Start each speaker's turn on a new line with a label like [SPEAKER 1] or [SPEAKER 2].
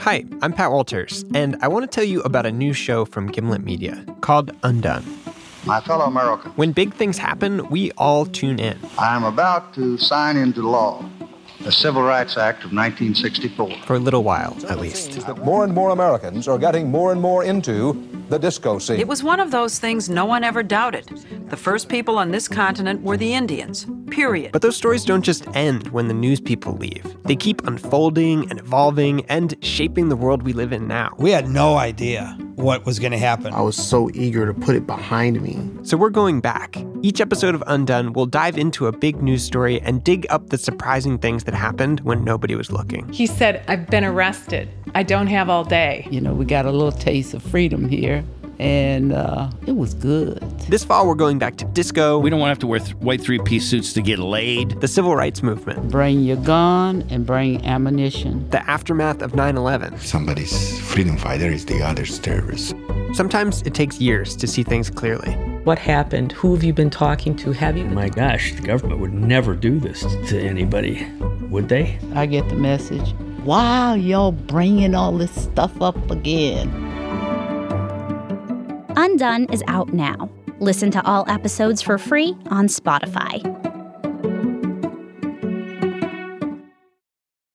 [SPEAKER 1] Hi, I'm Pat Walters, and I want to tell you about a new show from Gimlet Media called Undone.
[SPEAKER 2] My fellow American,
[SPEAKER 1] When big things happen, we all tune in.
[SPEAKER 2] I am about to sign into law the Civil Rights Act of 1964.
[SPEAKER 1] For a little while, at least.
[SPEAKER 3] that more and more Americans are getting more and more into the disco scene.
[SPEAKER 4] It was one of those things no one ever doubted. The first people on this continent were the Indians, period.
[SPEAKER 1] But those stories don't just end when the news people leave. They keep unfolding and evolving and shaping the world we live in now.
[SPEAKER 5] We had no idea what was going to happen.
[SPEAKER 6] I was so eager to put it behind me.
[SPEAKER 1] So we're going back. Each episode of Undone will dive into a big news story and dig up the surprising things that happened when nobody was looking.
[SPEAKER 7] He said, I've been arrested. I don't have all day.
[SPEAKER 8] You know, we got a little taste of freedom here, and uh, it was good.
[SPEAKER 1] This fall, we're going back to disco,
[SPEAKER 9] We don't want to have to wear th- white three piece suits to get laid.
[SPEAKER 1] the civil rights movement,
[SPEAKER 8] Bring your gun and bring ammunition.
[SPEAKER 1] the aftermath of 9 11.
[SPEAKER 10] Somebody's freedom fighter is the other's terrorist.
[SPEAKER 1] Sometimes it takes years to see things clearly.
[SPEAKER 11] What happened? Who have you been talking to? Have you? My gosh, the government would never do this to anybody, would they?
[SPEAKER 8] I get the message. Wow, y'all bringing all this stuff up again.
[SPEAKER 12] Undone is out now. Listen to all episodes for free on Spotify.